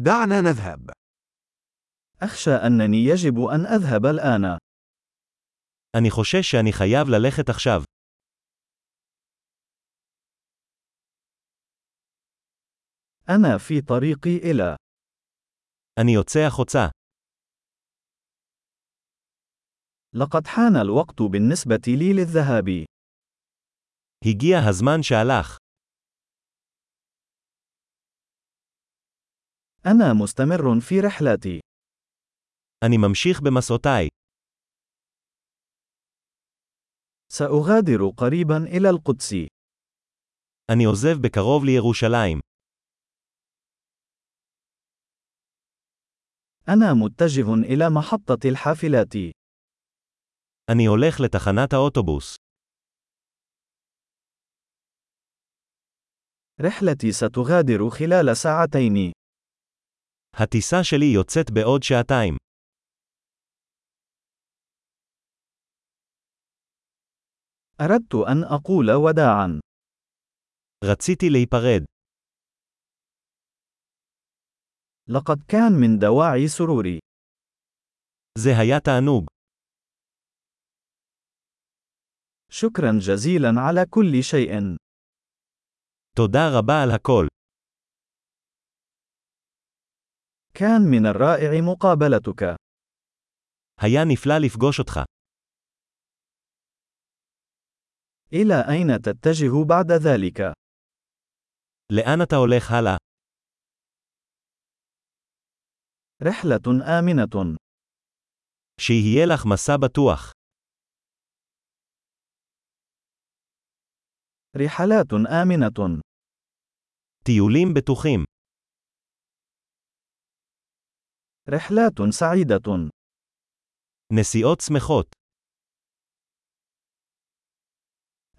دعنا نذهب. أخشى أنني يجب أن أذهب الآن. אני חושש שאני חייב ללכת עכשיו. أنا في طريقي إلى. אני יוצא החוצה. لقد حان الوقت بالنسبة لي للذهاب. הגיע הזמן שהלך. أنا مستمر في رحلتي. אני ממשיך במסעותיי. سأغادر قريبا إلى القدس. אני עוזב בקרוב לירושלים. أنا متجه إلى محطة الحافلات. אני הולך לתחנת האוטובוס. رحلتي ستغادر خلال ساعتين. הטיסה שלי יוצאת בעוד שעתיים. أردت أن أقول وداعا. רציתי להיפרד. لقد كان من دواعي سروري. זה היה תענוג. شكرا جزيلا على كل شيء. תודה רבה על הכל. كان من الرائع مقابلتك. היה נפלא לפגוש אותך. إلى أين تتجه بعد ذلك؟ לאן אתה הולך הלאה? رحلة آمنة. שיהיה לך מסע בטוח. رحلات آمنة. טיולים בטוחים. رحلات سعيدة. נסיעות שמחות.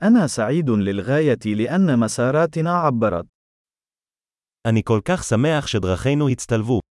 أنا سعيد للغاية لأن مساراتنا عبرت. אני כל כך שמח שדרכינו הצטלבו.